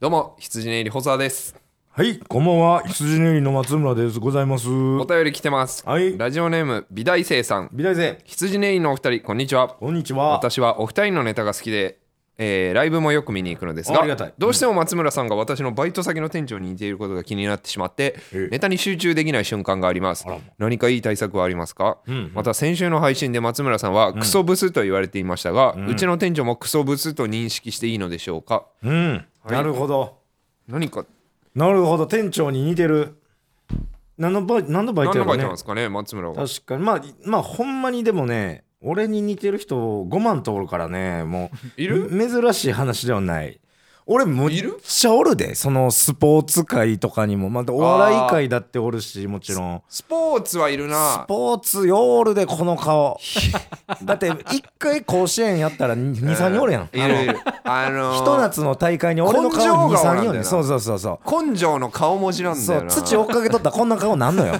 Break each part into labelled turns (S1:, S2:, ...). S1: どうも羊ねいり細田です
S2: はい、こんばんは。羊ねりの松村です。ございます。
S1: お便り来てます、
S2: はい
S1: ラジオネーム美大生さん
S2: 美大生、
S1: 羊ねいりのお二人こんにちは
S2: こんにちは。
S1: 私はお二人のネタが好きで、えーライブもよく見に行くのですが
S2: ありがたい
S1: どうしても松村さんが私のバイト先の店長に似ていることが気になってしまって
S2: ええ
S1: ネタに集中できない瞬間があります
S2: らま
S1: 何かいい対策はありますか、
S2: ん
S1: また先週の配信で松村さんはクソブスと言われていましたが、うちの店長もクソブスと認識していいのでしょうか
S2: うん、なるほど。
S1: 何か
S2: なるほど。店長に似てる。何のバイ何のバイ
S1: 何
S2: トや
S1: のバ
S2: ろ
S1: イトなん
S2: ね
S1: で。すかね松村は
S2: 確かに。まあ、まあ、ほんまにでもね、俺に似てる人5万とおるからね、もう、
S1: いる
S2: 珍しい話ではない。俺む
S1: い
S2: っ
S1: る
S2: ちゃおるでそのスポーツ界とかにもまたお笑い界だっておるしもちろん
S1: スポーツはいるな
S2: スポーツヨールでこ の顔だって一回甲子園やったら23人おるやん
S1: いるいるあのー
S2: ひと夏の大会に俺の
S1: 根性
S2: 顔
S1: 顔なん
S2: 23
S1: だよ
S2: 人おるや
S1: なん
S2: そうそうそうそう
S1: 根性の顔文字なんだ
S2: そ
S1: よ
S2: う
S1: な
S2: 土追っかけとったらこんな顔な んのよ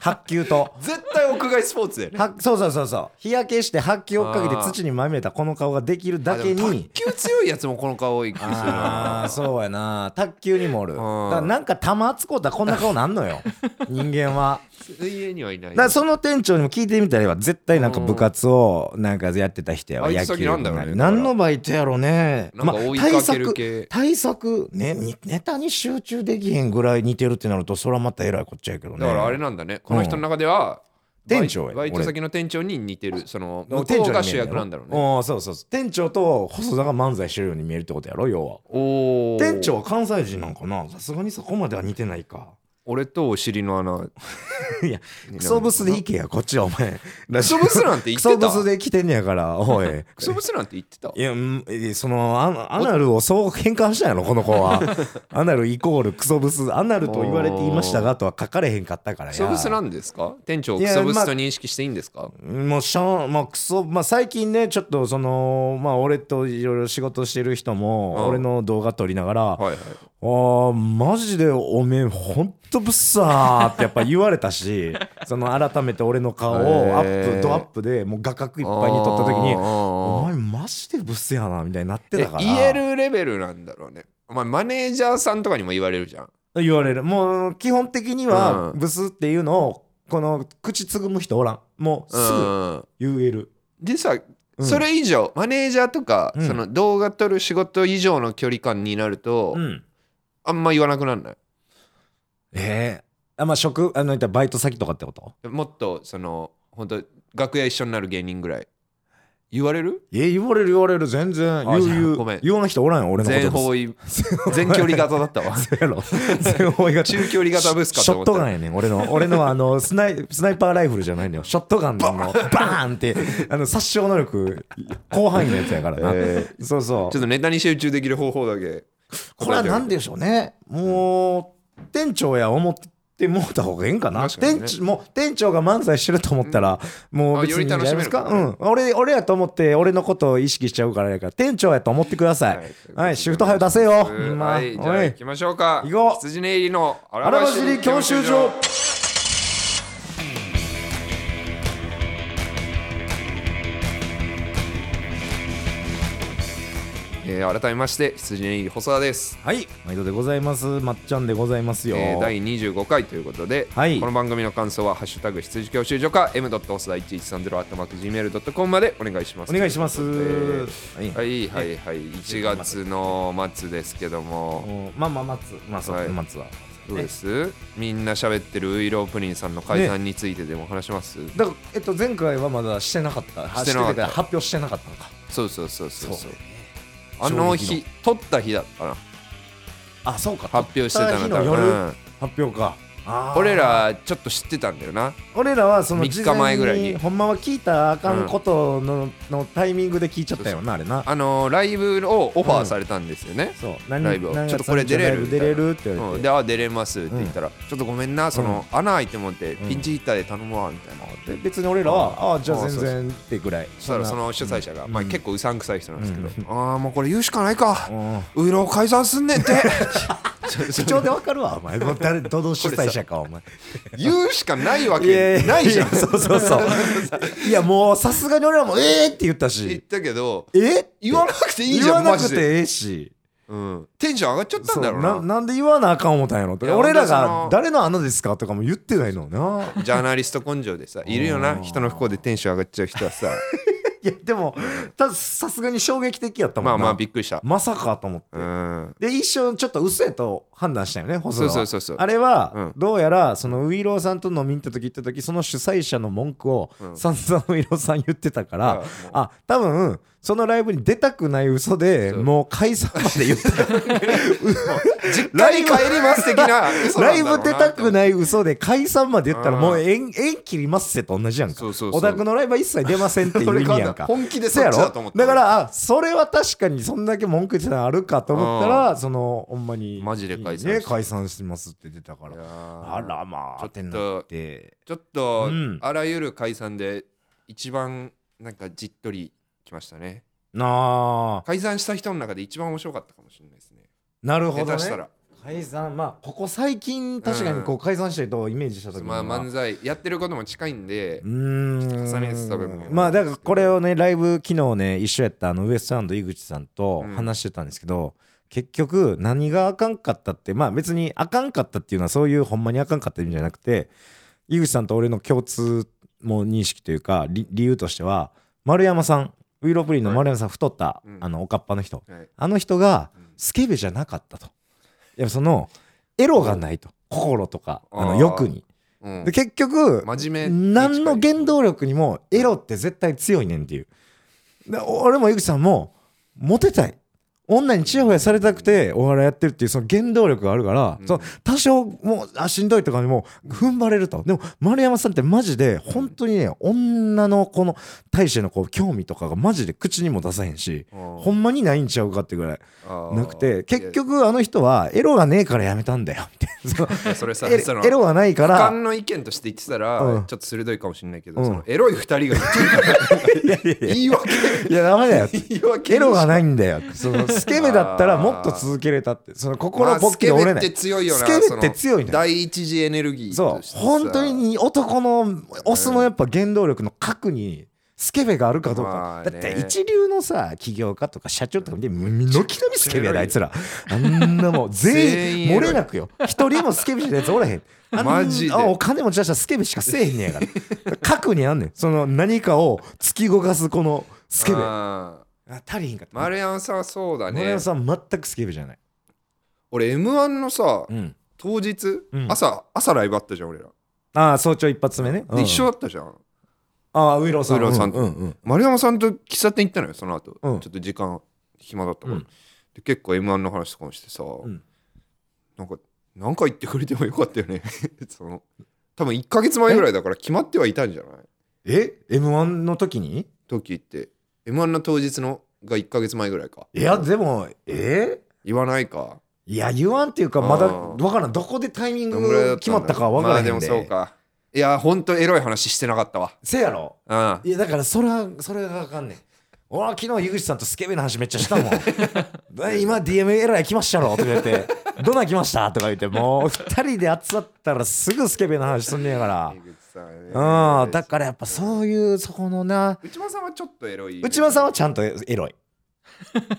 S2: 白球と
S1: 絶対屋外スポーツだよね
S2: はそうそうそうそう日焼けして白球追っかけ
S1: あ
S2: て
S1: ー
S2: 土にまみれたこの顔ができるだけ
S1: あでも
S2: に
S1: 卓球強いやつもこの顔多い気するな
S2: ああーそうやな卓球にもおるだ
S1: ー
S2: からなんか球厚こうたらこんな顔なん のよ人間は
S1: 水泳にはいない
S2: だからその店長にも聞いてみたらええわ絶対なんか部活をなんかやってた人やわ
S1: バイト
S2: 野球
S1: 先なんだろうね
S2: 何のバイトやろうね
S1: なんか
S2: まあ
S1: 追い
S2: 対
S1: かけ
S2: 策
S1: る系
S2: 対策ねにネタに集中できへんぐらい似てるってなるとそれはまたえらいこっちゃやけどね
S1: だからあれなんだねこの人の中ではバイ
S2: 店長や
S1: バイト先の店長に似てるその向こうが主役なんだろうね
S2: おそうそうそう店長と細田が漫才してるように見えるってことやろ要は
S1: おー
S2: 店長は関西人なんかなさすがにそこまでは似てないか
S1: 俺とお尻の穴
S2: いやクソブスでいけやこっちはお前ク
S1: ソブスなんて言ってた
S2: クソブスで来てんねやから おい
S1: クソブスなんて言ってた
S2: いや、うんえそのア、アナルをそう変換したんやろ、この子 は。アナルイコールクソブス、アナルと言われていましたが、とは書かれへんかったから
S1: ク
S2: や。
S1: ソブスなんですか店長をクソブスと認識していいんですか
S2: もうしゃん、まあ、クソ、まあ、最近ね、ちょっと、その、まあ、俺といろいろ仕事してる人
S1: うん
S2: も、俺の動画撮りながら、
S1: はいはい
S2: あーマジでおめえほんとぶっさーってやっぱ言われ たしその改めて俺の顔をアッ
S1: へー
S2: プドアップでもう画角いっぱいに撮った時に
S1: あー
S2: お前マジでぶっせやなみたいになって
S1: え
S2: たから
S1: 言えるレベルなんだろうねお前マネージャーさんとかにも言われるじゃん
S2: 言われるもう基本的には
S1: うん
S2: ブスっていうのをこの口つぐむ人おらんもうすぐ
S1: うん
S2: 言える、
S1: でさ
S2: うん
S1: それ以上マネージャーとか、
S2: うん
S1: その動画撮る仕事以上の距離感になると、
S2: うん
S1: あんま言わなくなんない
S2: ええあまあ職あの言ったらバイト先とかってこと
S1: もっとその本当楽屋一緒になる芸人ぐらい言われる
S2: え言われる言われる全然言う
S1: じゃあ
S2: 言
S1: ごめん
S2: う言わない人おらんよ俺のこと
S1: 全方
S2: 位
S1: 位 全距離型だったわ
S2: やろ全方位 が
S1: 中距離型ブスか
S2: シ
S1: と
S2: ョ
S1: 思
S2: ッ
S1: った
S2: トガンやねん俺の俺のはあのスナイスナイパーライフルじゃないのよショットガンのバーンってあの殺傷能力広範囲のやつやからな、そうそう
S1: ちょっとネタに集中できる方法だけ
S2: これは何でしょうねもう店長や思ってもうた方がいいんかな
S1: 確かにね
S2: 店長もう店長が漫才してると思ったら、もう別にいいんじゃないですか
S1: あより楽しめる
S2: うん、俺俺やと思って俺のことを意識しちゃうからやから店長やと思ってください、はいシフト早出せよ、ほんま
S1: はい、じゃあ
S2: おい
S1: 行きましょうか。
S2: 行こう
S1: 羊ね入りのあ
S2: 荒走り教習所
S1: えー改めまして、羊ね入り細田です。
S2: はい毎度でございますまっちゃんでございますよ、
S1: えー、第25回ということで、
S2: はい
S1: この番組の感想は「ハッシュタグ羊教習所」か m. 細田1130 atmacgmail.com までお願いします。
S2: お願いします
S1: ということで
S2: は
S1: はいはいはい、1月の末ですけども、
S2: おまあまあ松まあそう、
S1: はい
S2: 松は
S1: どうですみんな喋ってるウイロープリンさんの解散についてでも話します、
S2: だから、えっと、前回はまだしてなかった
S1: してなかった
S2: あて発表してなかったのか
S1: そうそうそうそうそう
S2: そう
S1: あの日取った日だったかな
S2: あそうか
S1: 発表してたの
S2: 撮った
S1: だ
S2: 日の夜、
S1: うん
S2: 発表かあー
S1: 俺らちょっと知ってたんだよな
S2: 俺らはその
S1: 三日前ぐらいに
S2: 事前ほんまは聞いたらあかんことの,、のタイミングで聞いちゃったよなあれな
S1: あのーライブをオファーされたんですよね、
S2: そう何
S1: ライブを
S2: 何
S1: ちょっ
S2: 月
S1: とこれ出れる
S2: ライブ出れるって言わ
S1: う
S2: れ
S1: ん、
S2: て、
S1: で「あ出れます」って言ったら「ちょっとごめんなその、穴開いてもってピンチヒッターで頼むわ」みたいな、
S2: で別に俺らはああーじゃ
S1: あ
S2: あ
S1: ー
S2: 全然ってぐらい
S1: そしたらそ
S2: んな
S1: の主催者が、まあ、結構うさんくさい人なんですけど「ああもうこれ言うしかないか
S2: うん
S1: ウイロー解散すんねんって
S2: 口調でわかるわお 前もう誰どの主催者かお前
S1: 言うしかないわけないじゃん」
S2: やそうそ うそういやもうさすがに俺らもええって言っ
S1: 言
S2: た
S1: っ
S2: した
S1: けど
S2: え
S1: 言わなくていいじ
S2: 言
S1: ゃ
S2: わ
S1: ん
S2: な
S1: マジ
S2: く
S1: で
S2: てええし
S1: うん、テンション上がっちゃったんだろう
S2: な
S1: な
S2: なんで言わなあかん思ったんやろって
S1: いや
S2: 俺
S1: ほ
S2: ら
S1: ん
S2: が
S1: でその
S2: 誰の穴ですかとかも言ってないのな
S1: ジャーナリスト根性でさいるよ
S2: う
S1: なん人の不幸でテンション上がっちゃう人はさ
S2: いやでもたさすがに衝撃的やったも
S1: ま
S2: んな
S1: あまあびっくりした、
S2: まさかと思って、
S1: うん、
S2: で一瞬ちょっと嘘やと判断したよね細
S1: そ
S2: 田
S1: う
S2: は
S1: そうそうそう
S2: あれ
S1: う
S2: は
S1: ん
S2: どうやらそのウイローさんと飲みに行った時行った時その主催者の文句を
S1: うん
S2: 散々ウイローさん言ってたから、
S1: うん
S2: あ多分そのライブに出たくない嘘で
S1: そう
S2: もう解散まで 言ってた
S1: 実家に帰ります的な嘘な
S2: ラ
S1: んだろ
S2: イ
S1: うな
S2: ブ出たく
S1: い
S2: ない嘘で解散まで言ったら
S1: うん
S2: もう縁縁切りますせと同じやんか
S1: そうそうそう
S2: お宅のライブは一切出ませんっていう意味やんか
S1: 本気で
S2: そ
S1: そ
S2: うや
S1: っち
S2: ろ
S1: だと思った
S2: だからあそれは確かにそんだけ文句言ってたのあるかと思ったらそのほんまに
S1: マジで解散
S2: ね解散しますって出たか
S1: い
S2: ら
S1: やー
S2: あらまあ
S1: ちょっと
S2: てなって
S1: ちょっと、
S2: うん
S1: あらゆる解散で一番なんかじっとりきましたね
S2: なあ
S1: 解散した人の中で一番面白かったかもしれないですね
S2: なるほど
S1: 下手した
S2: ね
S1: ら、
S2: 解散まあここ最近確かにこう解散した人をイメージした時に
S1: ま
S2: は
S1: あ、漫才やってることも近いんで
S2: う、ーん
S1: 重ねて食べ物
S2: まあだからこれをねライブ昨日ね一緒やったあのウエストランド井口さんと
S1: うん
S2: 話してたんですけど、結局何があかんかったってまあ別にあかんかったっていうのはそういうほんまにあかんかった意味じゃなくて井口さんと俺の共通も認識というか理理由としては丸山さんウイロプリンの丸山さん太った、
S1: うん
S2: あのおかっぱの人
S1: はい
S2: あの人が
S1: うん
S2: スケベじゃなかったといやそのエロがないと心とかあ
S1: あー
S2: の欲に
S1: うん
S2: で結局
S1: 真面目
S2: 何の原
S1: 力
S2: 動力にもエロって絶対強いねんっていうで俺も井口さんもモテたい女にちやほやされたくてお笑いやってるっていうその原動力があるから、
S1: うん
S2: その多少もうあしんどいとかにも踏ん張れるとでも丸山さんってマジで本当にね女の子の対してのこう興味とかがマジで口にも出さへんしほんまにないんちゃうかってぐらいなくて結局あの人はエロがねえからやめたんだよみたいなそ の
S1: それさ
S2: エ
S1: その
S2: ロエロがないか
S1: 俯
S2: ら
S1: 瞰の意見として言ってたら、
S2: うん
S1: ちょっと鋭いかもしれないけど、
S2: うん
S1: そのエロい二人が言ってる
S2: いやいやいや
S1: 言い訳
S2: いやダメだよ
S1: 言い訳
S2: エロがないんだよ そのスケベだったらもっと続けれたってその心ポッキリ折れ
S1: まあ
S2: な
S1: スケベっ
S2: い
S1: て強いよな
S2: スケベって強
S1: そ
S2: いね
S1: の第一次エネルギー
S2: そ
S1: と
S2: う
S1: してさ
S2: 本当に男のオスのやっぱ原動力の核にスケベがあるかどう
S1: ま
S2: か
S1: あ
S2: だ
S1: ね
S2: って一流のさ起業家とか社長とか見て軒並みスケベやであいつらあん なもう全
S1: 全
S2: 員
S1: 員
S2: 漏れなくよ一人もスケベじゃないやつおらへんあ ん
S1: マジで
S2: あお金持ち出したらスケベしかせえへんねやから核にあんねんその何かを突き動かすこのスケベあ
S1: あー
S2: 足りひんかった
S1: 丸山さんはそうだ
S2: 丸
S1: ね
S2: 山さん全くスケベじゃない。
S1: 俺 m 1のさ
S2: うん、
S1: 当日、
S2: うん
S1: 朝朝ライブあったじゃん俺ら、
S2: ああ早朝一発目ね。
S1: で一緒
S2: うん
S1: だったじゃん
S2: ああウイローさん。
S1: ウイローさん
S2: うんうん
S1: 丸山さんと喫茶店行ったのよその後、
S2: うん
S1: ちょっと時間暇だったから、
S2: うん
S1: で結構 m 1の話とかもしてさ、
S2: ん
S1: なんか何回言ってくれてもよかったよね その多分1か月前ぐらいだから決まってはいたんじゃない
S2: え M1 の時に
S1: 時って。M1 の当日のが1か月前ぐらいか。
S2: いやでもえ
S1: 言わないか。
S2: いや言わんっていうかまだ
S1: あ
S2: わ
S1: ー
S2: からんどこでタイミン
S1: どんぐらいだ
S2: グ
S1: んだ
S2: 決まったかわからへんで。
S1: まあでもそうか。いや、ほんとエロい話してなかったわ。
S2: せやろ。
S1: うん。
S2: いやだからそれはそれがわかんねん。俺は昨日井口さんとスケベの話めっちゃしたもん。 で今 DM エラー来ましたろとか言って。どんなん来ましたとか言ってもう二人で集まったらすぐスケベの話すん ねやから
S1: 江口さんね
S2: うんだからやっぱそういうそこのな
S1: 内間さんはちょっとエロい。
S2: 内間さんはちゃんと エロい。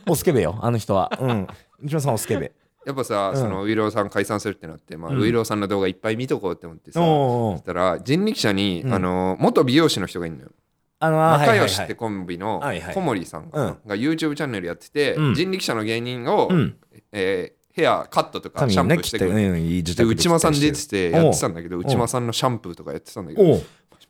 S2: おスケベよ、あの人は。うん。内間さんおスケベ。
S1: やっぱさ、
S2: うん
S1: そのウイローさん解散するってなって、まあ、
S2: うん
S1: ウイローさんの動画いっぱい見とこうって思ってさ、 そ
S2: お
S1: したら人力車に、
S2: うん
S1: あの元美容師の人がいるのよ。
S2: あの、あ
S1: 仲
S2: はいは
S1: 良
S2: い
S1: し
S2: は
S1: って
S2: い。
S1: コンビの
S2: はいはい
S1: 小森さんかな
S2: うん
S1: が YouTube チャンネルやってて、
S2: うん
S1: 人力車の芸人を、
S2: うん。
S1: えーヘアカットとか
S2: 髪
S1: シャンプ
S2: ね、
S1: ーし
S2: 切
S1: て
S2: っ
S1: く
S2: て、
S1: れる
S2: うん、いい自
S1: で
S2: 宅
S1: 内間さん出ててやってたんだけど
S2: おう
S1: 内間さんのシャンプーとかやってたんだけ
S2: お
S1: ど
S2: う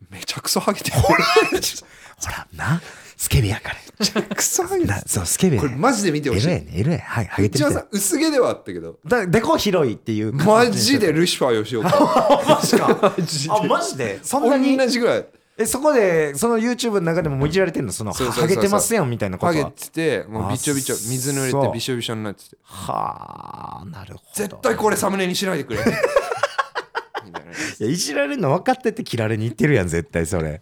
S1: めちゃくそハゲてるこ
S2: ほら、な、スケベやから。
S1: くそハゲて
S2: なそう、スケベ や
S1: これ
S2: ね。
S1: マジで見て
S2: エ
S1: ほ
S2: ロ
S1: し
S2: や
S1: い
S2: ね、エロや。はい、ハゲて
S1: 内
S2: る
S1: 間
S2: 人
S1: さ
S2: や。
S1: ん薄毛ではあったけど
S2: だでこ広いっていう。
S1: マジでルシファー吉岡
S2: マジか。あ、マジでそんなに
S1: 同じぐらい
S2: え、そこで、その YouTube の中でももじられてんのその、
S1: そうそうそうそ
S2: ハ
S1: う
S2: ゲてますやんみたいなこ
S1: ハ
S2: と
S1: ゲ
S2: は。
S1: ててもうびちょびちょ
S2: あそう
S1: 水濡れてびしょびしょになってて
S2: はあ、なるほど。
S1: 絶対これサムネにしないで くれみたいない
S2: やいじられるの分かってて切られに行ってるやん絶対それ。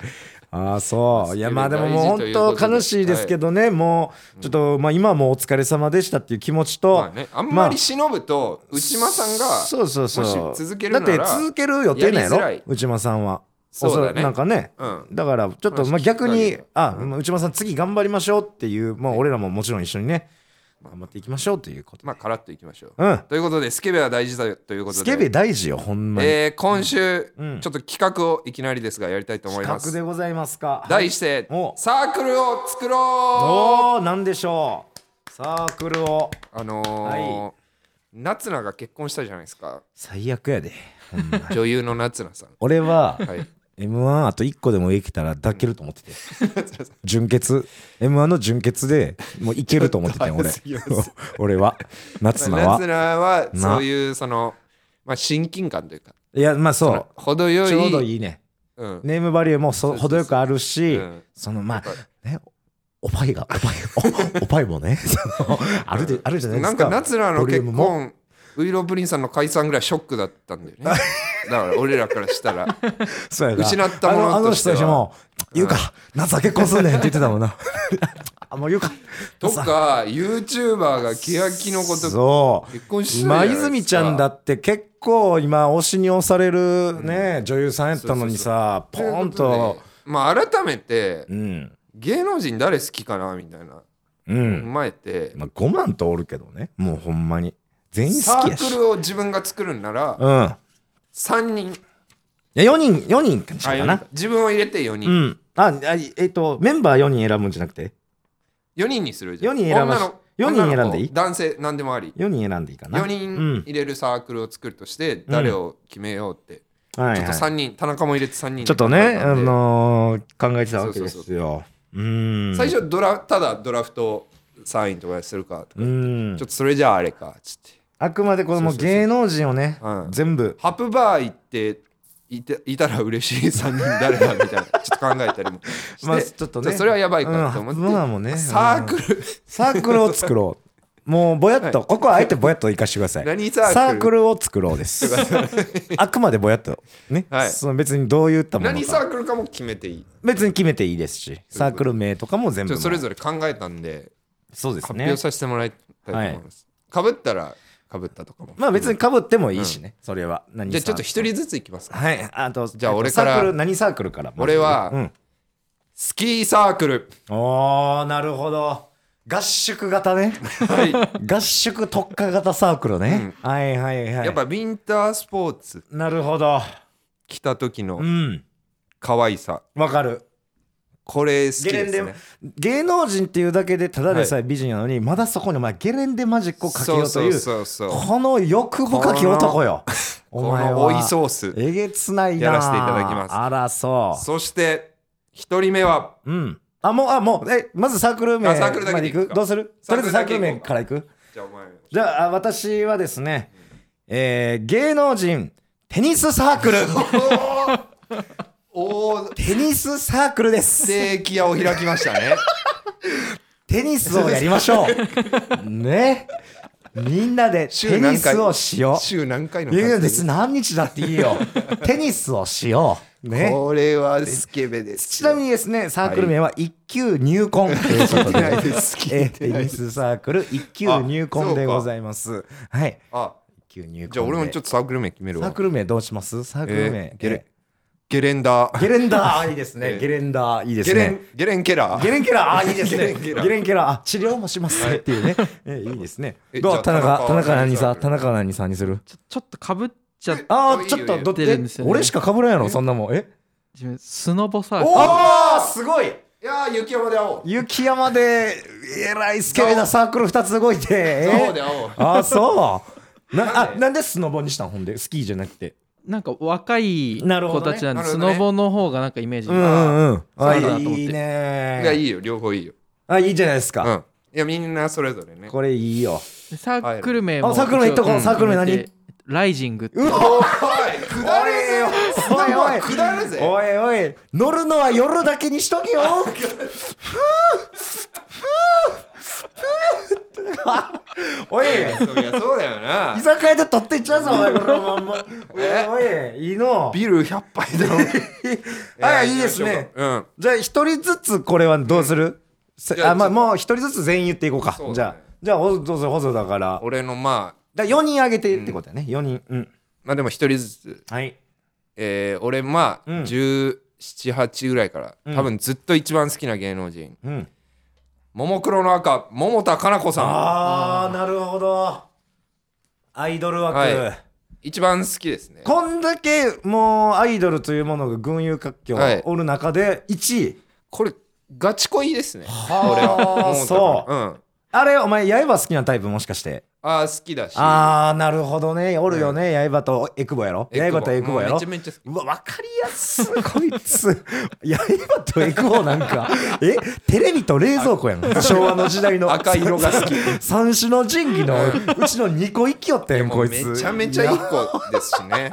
S2: ああそういやまあでももう本当悲しいですけどねもうちょっとまあ今はもうお疲れ様でしたっていう気持ちと
S1: まあねあんまり忍ぶと内間さんが
S2: そうそうそう
S1: もし続けるなら
S2: だって続ける予定なんやろ
S1: やりづらい
S2: 内間さんは
S1: そうだね
S2: おそらくなんかね
S1: うん
S2: だからちょっとまあ
S1: 話聞きたい
S2: 逆に
S1: よ
S2: あまあ内間さん次頑張りましょうっていうまあ俺らももちろん一緒にね頑張っていきましょうということ
S1: まあカラッといきましょう
S2: うん
S1: ということでスケベは大事だよということで
S2: スケベ大事よほんまに
S1: えー今週、
S2: うん
S1: ちょっと企画をいきなりですがやりたいと思いま
S2: 企画
S1: す
S2: でございますか
S1: 題して、
S2: お
S1: サークルを作ろう
S2: おおなんでしょうサークルを
S1: あのー夏菜が結婚したじゃないですか
S2: 最悪やでほんま
S1: 女優の夏菜さん
S2: 俺 は
S1: はい
S2: M1 あと1個でもいけたら抱けると思 ってて純潔 M1 の純潔でもういけると思ってて俺
S1: ちょっと早
S2: 俺は夏菜
S1: 夏
S2: は
S1: 菜は
S2: な
S1: そういうその、まあ、親近感というか
S2: いやまあ
S1: そ
S2: そ
S1: の程よ
S2: う
S1: い
S2: ちょうどいいね
S1: うん
S2: ネームバリューも
S1: そう
S2: そ
S1: そうそう
S2: 程よくあるし
S1: うん
S2: そのま
S1: やっ
S2: あねおっぱいがおっぱい おっぱいもねそのあるであるじゃないで
S1: な
S2: す
S1: んか
S2: か
S1: 夏菜の
S2: ボリュ
S1: 結
S2: ームも
S1: 婚ウイロプリンさんの解散ぐらいショックだったんだ よねだから俺らからしたら
S2: そうやな
S1: 失ったもの
S2: あのあの
S1: として
S2: 人
S1: は
S2: たちも「ゆうか夏は結婚すんねん」って言ってたも んなあもうゆうか
S1: とか YouTuber が欅のこと
S2: そう
S1: 結婚してるじゃな
S2: 今
S1: いですか
S2: 泉ちゃんだって結構今推しに押されるね、女優さんやったのにさ
S1: という
S2: ポ
S1: こ
S2: ン
S1: で
S2: と
S1: まあ改めて
S2: うん
S1: 芸能人誰好きかなみたいな
S2: う
S1: 踏
S2: ん、
S1: まえて
S2: まあ、5万とおるけどねもうほんまに全員
S1: サ
S2: 好き
S1: ー
S2: やし
S1: クルを自分が作るんなら
S2: うんい
S1: 3人
S2: や4人4人かにしようか
S1: あ四
S2: な
S1: 人自分を入れて4
S2: う
S1: 人
S2: んああいえっとメンバー4人選ぶんじゃなくて
S1: 4人にするじゃん
S2: 四人選ばし
S1: 女の
S2: 四人選んでい
S1: 女の
S2: い
S1: 子男性何でもあり
S2: 4人選んでいいかな
S1: 4人入れるサークルを作るとして誰を決めようって
S2: うんはい
S1: ちょっ
S2: は
S1: と3
S2: い
S1: 人田中も入れて3人
S2: ちょっとね、あのー考えてたわけですよ。
S1: そううそう
S2: ーん。
S1: 最初ドラただドラフト3位とかするかとか
S2: うーん
S1: ちょっとそれじゃああれかつって
S2: あくまでこのもう
S1: そうそうそう
S2: 芸能人をね、
S1: うん
S2: 全部。
S1: ハプバー行っていていたら嬉しい3人誰だみた いなちょっと考えたりもして、
S2: まあちょっとね
S1: それはやばいかなと思って、
S2: うんまあもう ね
S1: サークル、
S2: サークルを作ろ う。もうぼやっと、ここはあえてぼやっと行かしてください。
S1: 何サークル
S2: を作ろ うです。あくまでぼやっと。ね。
S1: はい
S2: その別にどういったもの
S1: 何サ
S2: か。
S1: ークルかも決めていい
S2: 別に決めていいですし、サークル名とかも全
S1: ちょっと
S2: 部。
S1: それぞれ考えたんで
S2: そうです
S1: 発
S2: ね。
S1: 表させてもらいたいと思いますかぶ、被ったらかぶったとかも
S2: まあ別にかぶってもいいしね、それは。何
S1: じゃあちょっと
S2: サークル
S1: 一人ずついきますか
S2: はい。あと、
S1: じゃあ俺から
S2: サークル、何サークルからまず
S1: 俺は
S2: うん。
S1: スキーサークル
S2: おー、なるほど。合宿型 ね。
S1: はい
S2: 合宿特化型サークルね。はいはいは い。
S1: やっぱウィンタースポーツ
S2: なるほど。
S1: 着た時
S2: う
S1: の
S2: ん。
S1: 可愛さ
S2: わかる。
S1: これ好き
S2: ゲレ
S1: で
S2: ン
S1: す
S2: デ
S1: ね、
S2: 芸能人っていうだけでただでさえ美人なのに、まだそこにお前ゲレンデマジックをかけようという、
S1: そうそうそうそう
S2: この欲深き男よ。お
S1: こ
S2: 前
S1: の追い
S2: は。
S1: ソース
S2: えげつないな。
S1: やらせていただきます
S2: あら、そ
S1: そして一人目は
S2: う。うん。あ、もう、あ、もう、え、まずサークル名
S1: あサークルだけでいく
S2: まで行どうすると
S1: サーク
S2: りあえず
S1: ル
S2: サ
S1: だ
S2: ーク
S1: け
S2: ル
S1: 行こうか
S2: 名からいく
S1: じゃあお 前
S2: じゃああ私はですね、えー芸能人テニスサ ークル
S1: おお
S2: テニスサークルです
S1: ーキ屋を開きましたね
S2: テニスをやりまし ょうねみんなで
S1: 週
S2: テニ
S1: 何回
S2: スをしよ
S1: 週何回
S2: う
S1: の
S2: いやいや別に何日だっていいよテニスをしようね
S1: これはスケベです
S2: ちなみにですねサークル名は一級入魂ということで、
S1: ないです聞いて
S2: え
S1: ない
S2: ーテニスサークル一級入魂でございますはい
S1: あ
S2: 一級入魂
S1: じゃあ俺もちょっ
S2: っ
S1: とサークル名決める
S2: とサー
S1: わ
S2: クル名どうしますサークル名
S1: え、ーゲレゲレンダー
S2: ゲレン ダー、いいですね。
S1: ええ
S2: ゲレンダー、いいで
S1: ゲ
S2: す
S1: レ
S2: ね
S1: ン。ゲレンケラ
S2: ゲ
S1: ー
S2: レンケラー、あ、いいですね。
S1: ゲレン
S2: ゲ
S1: ケラー
S2: レンケラー、あ、治療もしますねっ ていうね。えいいですね。
S1: え
S2: ど
S1: じゃ
S2: う
S1: あ
S2: 田
S1: 田中
S2: 中、
S1: は
S2: 田中何さ
S1: 何さ
S2: 田中何さにする
S3: ちょちょっとかぶっちゃっ
S2: あ
S1: いい
S2: あ、
S1: よ
S2: ちょっと、どっ
S3: いいよいいよ
S2: て、俺しか被らんやろ、そんなもん。え
S3: てスノボサーク
S2: お
S3: ル
S2: おすごい
S1: いやー雪山で会おう
S2: 雪山で、えらいスケベなサークル2つ動いて。
S1: そう
S2: え
S1: で会おう
S2: あ、そう。な、
S1: なん
S2: あ、
S1: で
S2: なんでスノボにしたんほんで、スキーじゃなくて。
S3: なんか若い
S2: なるほ
S3: 子
S2: どね
S3: たちなんで、
S1: なる
S3: ス
S1: ほどね
S3: ノボの方がなんかイメージ
S2: うんうんうん。あ、
S3: そうだなと思って
S2: いい
S1: いや
S2: ね
S1: いいよ両方いいよ
S2: あ、いいじゃないです
S1: う
S2: か。
S1: んいやみんなそれぞれね
S2: これいいよ。
S3: でサークル名も
S2: あサークル名言っとこう
S3: 一応
S2: サークル名何
S3: 決めてライジングって
S2: うわ
S1: おい下るぜスノボ
S2: おいおいおい
S1: は下るぜ
S2: おいおい乗るのは夜だけにしとけよふぅふぅふぅおい
S1: そういやそうだよな
S2: 居酒屋で取っていっちゃうぞお前このまんまおいおいいいの
S1: ビル100杯だろ
S2: あいいですね
S1: うん
S2: じゃあ一人ずつこれはどうするせ
S1: じゃあ
S2: あまあ
S1: ちょっと
S2: もう一人ずつ全員言っていこうか
S1: そうだね
S2: じゃあじゃあほどうぞほぞだから
S1: 俺のまあ
S2: だ4人あげてってことだね4人うん
S1: まあでも一人ずつ
S2: はい
S1: えー俺まあ
S2: うん
S1: 178ぐらいから
S2: うん
S1: 多分ずっと一番好きな芸能人
S2: うん
S1: ももクロの赤桃田かな子さん
S2: ああなるほどアイドル枠、
S1: はい一番好きですね
S2: こんだけもうアイドルというものが群雄割拠
S1: はい
S2: おる中で1位、
S1: これガチ恋ですね
S2: はあ
S1: 桃田
S2: そう
S1: うん
S2: あれお前刃好きなタイプもしかして
S1: あー好きだし
S2: ああなるほどねおるよね、刃とエクボやろ
S1: エクボ
S2: 刃とエクボやろ
S1: うんめちゃめちゃ好き
S2: うわ分かりやすいこいつ刃とエクボなんかえテレビと冷蔵庫やん昭和の時代の
S1: 赤色が好き
S2: 三種の神器のうちの2個一きよってん
S1: も
S2: こ
S1: う
S2: いつ
S1: めちゃめちゃいい子ですし ね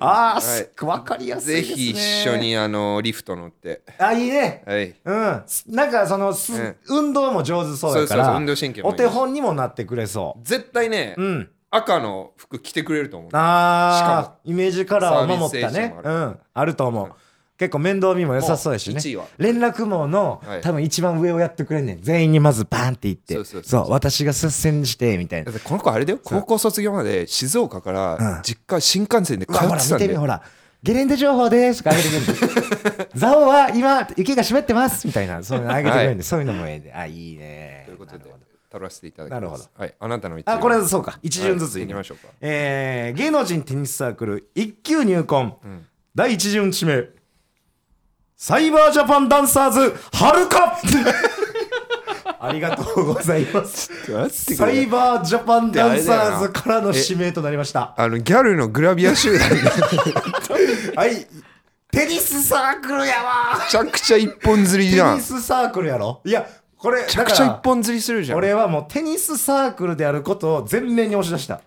S2: ああ、
S1: はい
S2: 分かりやすい
S1: ぜ
S2: ですね
S1: ひ一緒にあのリフト乗って
S2: あいいね
S1: はい
S2: うんなんかそのす、
S1: うん
S2: 運動も上手そうやから
S1: そうそうそう運動神経もいい
S2: お手本にもなってくれそ
S1: 絶対ね
S2: ううん
S1: 赤の服着てくれると思う
S2: あーイメージカラーを守った
S1: サービス精神
S2: ね
S1: もあ
S2: う
S1: る
S2: んあると思う、
S1: うん
S2: 結構面倒見も良さそうやし
S1: もう一位
S2: ね
S1: は
S2: 連絡網の、
S1: はい
S2: 多分一番上をやってくれんねん全員にまずバーンっていって
S1: そうそうそうそう
S2: 私が率先してみたいな
S1: だってこの子あれだよ高校卒業まで静岡か
S2: うん
S1: ら実家新幹線で
S2: う
S1: 通っ
S2: わほら
S1: てた
S2: 見
S1: ん
S2: て
S1: で
S2: みほらゲレンデ情報ですとか上げてくれ る蔵王は今雪が湿ってますみたいなそういうの上げてくれるんで、そういうのもええであいいね
S1: ということで
S2: なるほど
S1: 取らせていただき
S2: なる
S1: ま
S2: ほど
S1: すはいあなたの一位
S2: あこれそうか一巡ずつ
S1: はいい
S2: き
S1: き
S2: ま
S1: ま
S2: し
S1: し
S2: ょう
S1: ょうか
S2: えー芸能人テニスサークル一級入魂、第一巡指名サイバージャパンダンサーズは るかありがとうござい ますサイバージャパンダンサーズからの指名となりました
S1: あのギャルのグラビア集団め
S2: はいテニスサークルやわ
S1: ちゃくちゃ一本釣りじゃ
S2: テ
S1: ん
S2: ニ
S1: めち
S2: スサークルやろいやこれ
S1: ゃ
S2: だ
S1: くちゃ
S2: か
S1: 一本釣りするじゃ
S2: ら
S1: ん
S2: 俺はもうテニスサークルであることを全面に押し出した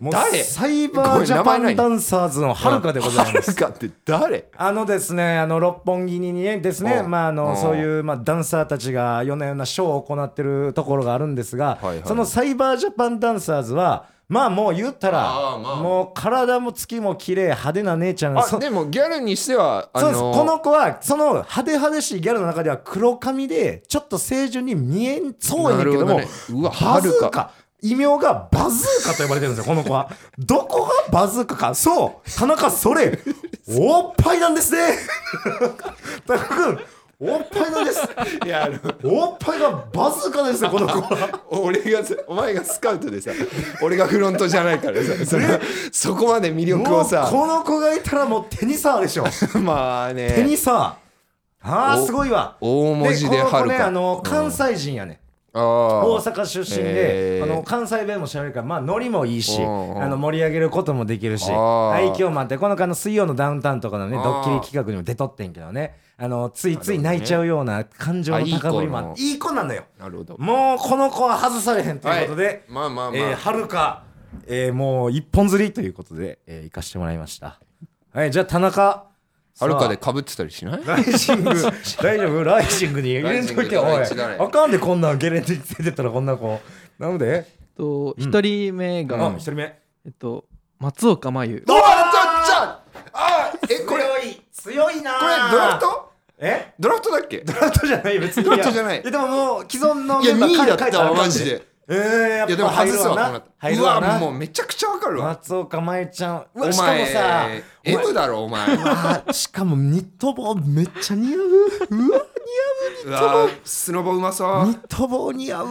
S2: もう
S1: 誰
S2: サイバージャパンダンサーズのはるかでございます
S1: はるかって誰
S2: あのですね、あの六本木にねですね、
S1: うん
S2: まああ
S1: う
S2: の
S1: ん
S2: そういうまあダンサーたちが夜な夜なショーを行ってるところがあるんですが、
S1: はいはい
S2: そのサイバージャパンダンサーズは。まあもう言ったら、
S1: あーまあ
S2: もう体もつきも綺麗派手な姉ちゃんそ
S1: あでもギャルにしてはあ
S2: そうです
S1: の
S2: この子はその派手派手しいギャルの中では黒髪でちょっと清純に見えんそうやねんけども
S1: なるほどねうわ
S2: バズー
S1: はる
S2: カ異名がバズーカと呼ばれてるんですよこの子はどこがバズーカかそう田中それおっぱいなんですね 田中君おっぱいなんです
S1: いやあの
S2: おっぱいがバズーカですよこの子は
S1: 俺がさお前がスカウトでさ俺がフロントじゃないからさそのそこまで魅力
S2: も
S1: を
S2: う
S1: さ
S2: この子がいたらもうテニサーでしょ
S1: まあね
S2: テニサーあー
S1: お
S2: すごいわ
S1: 大文字で
S2: この
S1: は
S2: 子
S1: る
S2: ね
S1: か
S2: あの関西人やね、
S1: あー
S2: 大阪出身で、
S1: えー
S2: あの関西弁も喋るから、まあ、ノリもいいし、
S1: うんうん
S2: あの盛り上げることもできるし
S1: あー
S2: 愛嬌もあってこの間の水曜のダウンタウンとかのね
S1: あー
S2: ドッキリ企画にも出とってんけどねあのついつい泣いちゃうような感情の高ぶりもあ
S1: あいい子なの
S2: っていい子なのよ
S1: なるほど
S2: もうこの子は外されへんということで、
S1: はいまあまあまあ
S2: えーはるか、えーもう一本釣りということで、えー行かしてもらいましたはいじゃあ田中
S1: はるかで
S2: さあ
S1: かぶってたりしない
S2: ライ ジング大丈夫ライジングに入れんときゃおい
S1: ライジングライジング
S2: あかんでこんなんゲレンデに連れてったらこんな子なんで
S3: と一人目
S2: あ
S3: が
S2: 一人目
S3: えっと松岡真優
S1: どうわちょちょあーえこれこれ
S2: 強い強いな
S1: ドラフト
S2: え
S1: ドラフトだっけ
S2: ドラフトじゃない別に
S1: ドラフトじゃない
S2: やでももう既存の
S1: いや
S2: メンバー
S1: 2位だっ
S2: 書いてあ
S1: た
S2: る
S1: わ
S2: か
S1: マ
S2: ら
S1: ジで
S2: えーやっ
S1: いやでも
S2: ぱ
S1: 外すわこうなっ
S2: 入
S1: た
S2: る
S1: う
S2: わな
S1: わもうめちゃくちゃわかるわ
S2: 松岡真優ちゃんう
S1: お前
S2: わしかもさお前
S1: M だろお前
S2: あーしかもニット帽めっちゃ似合ううわ
S1: うわスノボうまそう
S2: ニット帽似合う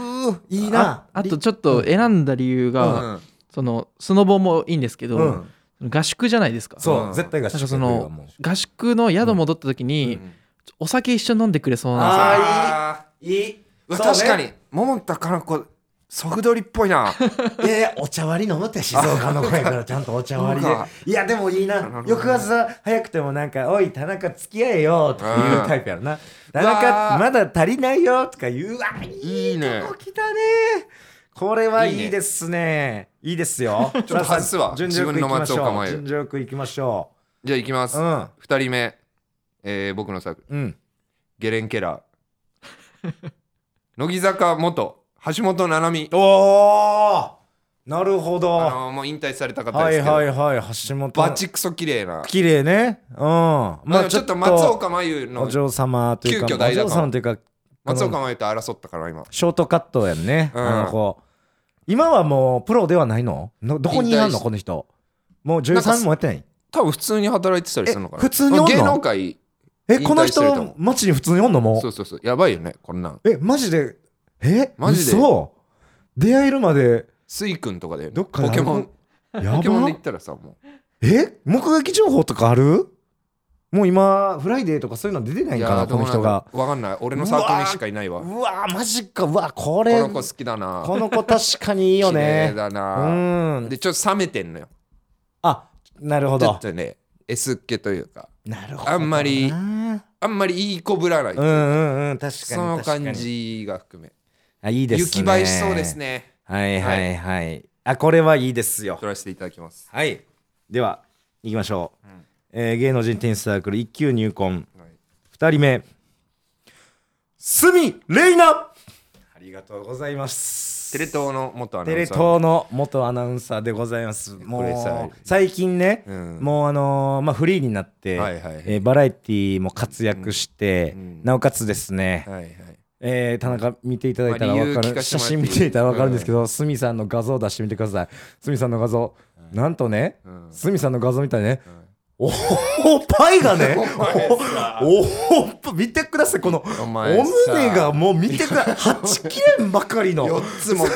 S2: いいな
S3: ああとちょっと選んだ理由が、
S1: うん
S3: そのスノボもいいんですけど、
S2: うん
S3: 合宿じゃないですか
S2: そう、
S1: うん
S2: 絶対が
S3: なんかその合宿の宿戻った時に、
S1: うん
S3: お酒一緒に飲んでくれそうなんですよ
S2: あーいい、
S1: うわ
S2: そうね
S1: 確かに桃田かな子ソフドリっぽいな
S2: いやいやお茶割り飲む って静岡の子やからちゃんとお茶割りで
S1: そうか
S2: いやでもいい
S1: るほ
S2: な
S1: どね
S2: 翌朝早くてもなんか「おい田中付き合えよ」とか言うタイプやろな「田
S1: わ
S2: 中
S1: ー
S2: まだ足りないよ」とか言うわい
S1: い
S2: い
S1: い
S2: ね
S1: ね
S2: とこ来たねこれはい
S1: い
S2: い
S1: ね
S2: ですねいいで すよち
S1: ょっと外すわ
S2: 順序よく
S1: 自分の
S2: 行きまし
S1: 松岡
S2: ょう
S1: 茉優
S2: 順序よく行きましょ
S1: じゃあいきます、
S2: う
S1: 二
S2: うん
S1: 2人目、えー僕の作
S2: うん
S1: ゲレンケラー 乃木坂元橋本七海
S2: おおなるほど
S1: あ
S2: は
S1: のーもう引退された方で
S2: い
S1: すけど、
S2: はいはい橋本
S1: バチクソ綺麗な、
S2: 綺麗ねうんま
S1: まあ、ちょっと松岡真優
S2: お
S1: の
S2: 嬢様というか
S1: 急遽代打
S2: お嬢様というか
S1: 松岡真優と争ったから今
S2: ショートカットやんね、
S1: うん
S2: あの子今はもうプロではないののどこにいはん
S1: 引退
S2: の
S1: し
S2: この人もう
S1: なんか
S2: 13
S1: す
S2: もやってない
S1: 多分普通に働いてたりするのかな
S2: え普通におんの
S1: 芸能界
S2: え
S1: 引退
S2: この
S1: してると思
S2: 人街に普通におんのも
S1: そうそうそうやばいよねこんなん
S2: えマジでえ
S1: マジで
S2: 嘘出会えるまで
S1: スイ君とかだよね
S2: どっか
S1: ポケモン
S2: や
S1: ポケモン
S2: ば
S1: で言ったらさも
S2: え目撃情報とかあるもう今フライデーとかそういうの出てな
S1: う
S2: いんかなこの人が
S1: 分かんない俺のサークルにしかいないわこ
S2: うわーマジかうわこれ
S1: の子好きだな
S2: この子確かにいいよ
S1: 綺麗
S2: ね
S1: だ
S2: う
S1: な
S2: ん
S1: でちょっと冷めてんのよ
S2: あなるほ
S1: ちょっ
S2: ど
S1: とね S っ気というか
S2: なるほど
S1: あんまり
S2: な
S1: あんまりいい子ぶらない
S2: うんうんうん確かに
S1: その
S2: 確かに
S1: 感じが含め
S2: あいいですね
S1: 雪映えしそうですね
S2: はいはいはい、あこれはいいですよ
S1: 撮らせていただきます
S2: はいでは行きましょう、
S1: うん
S2: えー芸能人テニスサークル一級入魂
S1: はい
S2: 2人目鷲見玲奈ありがとうございます
S1: テレ東の元アナ
S2: テ
S1: ウン
S2: レ
S1: サー
S2: 東の元アナウンサーでございますも
S1: これさ
S2: う最近ね、
S1: うん
S2: もうあのーまあフリーになって、
S1: はいはい
S2: えーバラエティーも活躍して、
S1: うんうん
S2: なおかつですね、
S1: はいはい
S2: えー田中見ていただいたら
S1: まあ
S2: 分か
S1: 理由聞
S2: る
S1: かせて
S2: 写
S1: もらっていい
S2: 真見ていたら分かるんですけど鷲見さんの画像を出してみてください鷲見さんの画像なんとね
S1: うん
S2: 鷲見さんの画像みたいね
S1: ん
S2: おっぱい がねおっぱ見てくださいこの
S1: お
S2: お
S1: 前さ
S2: 胸がもう見てください8切れんばかりの
S1: 4つも巨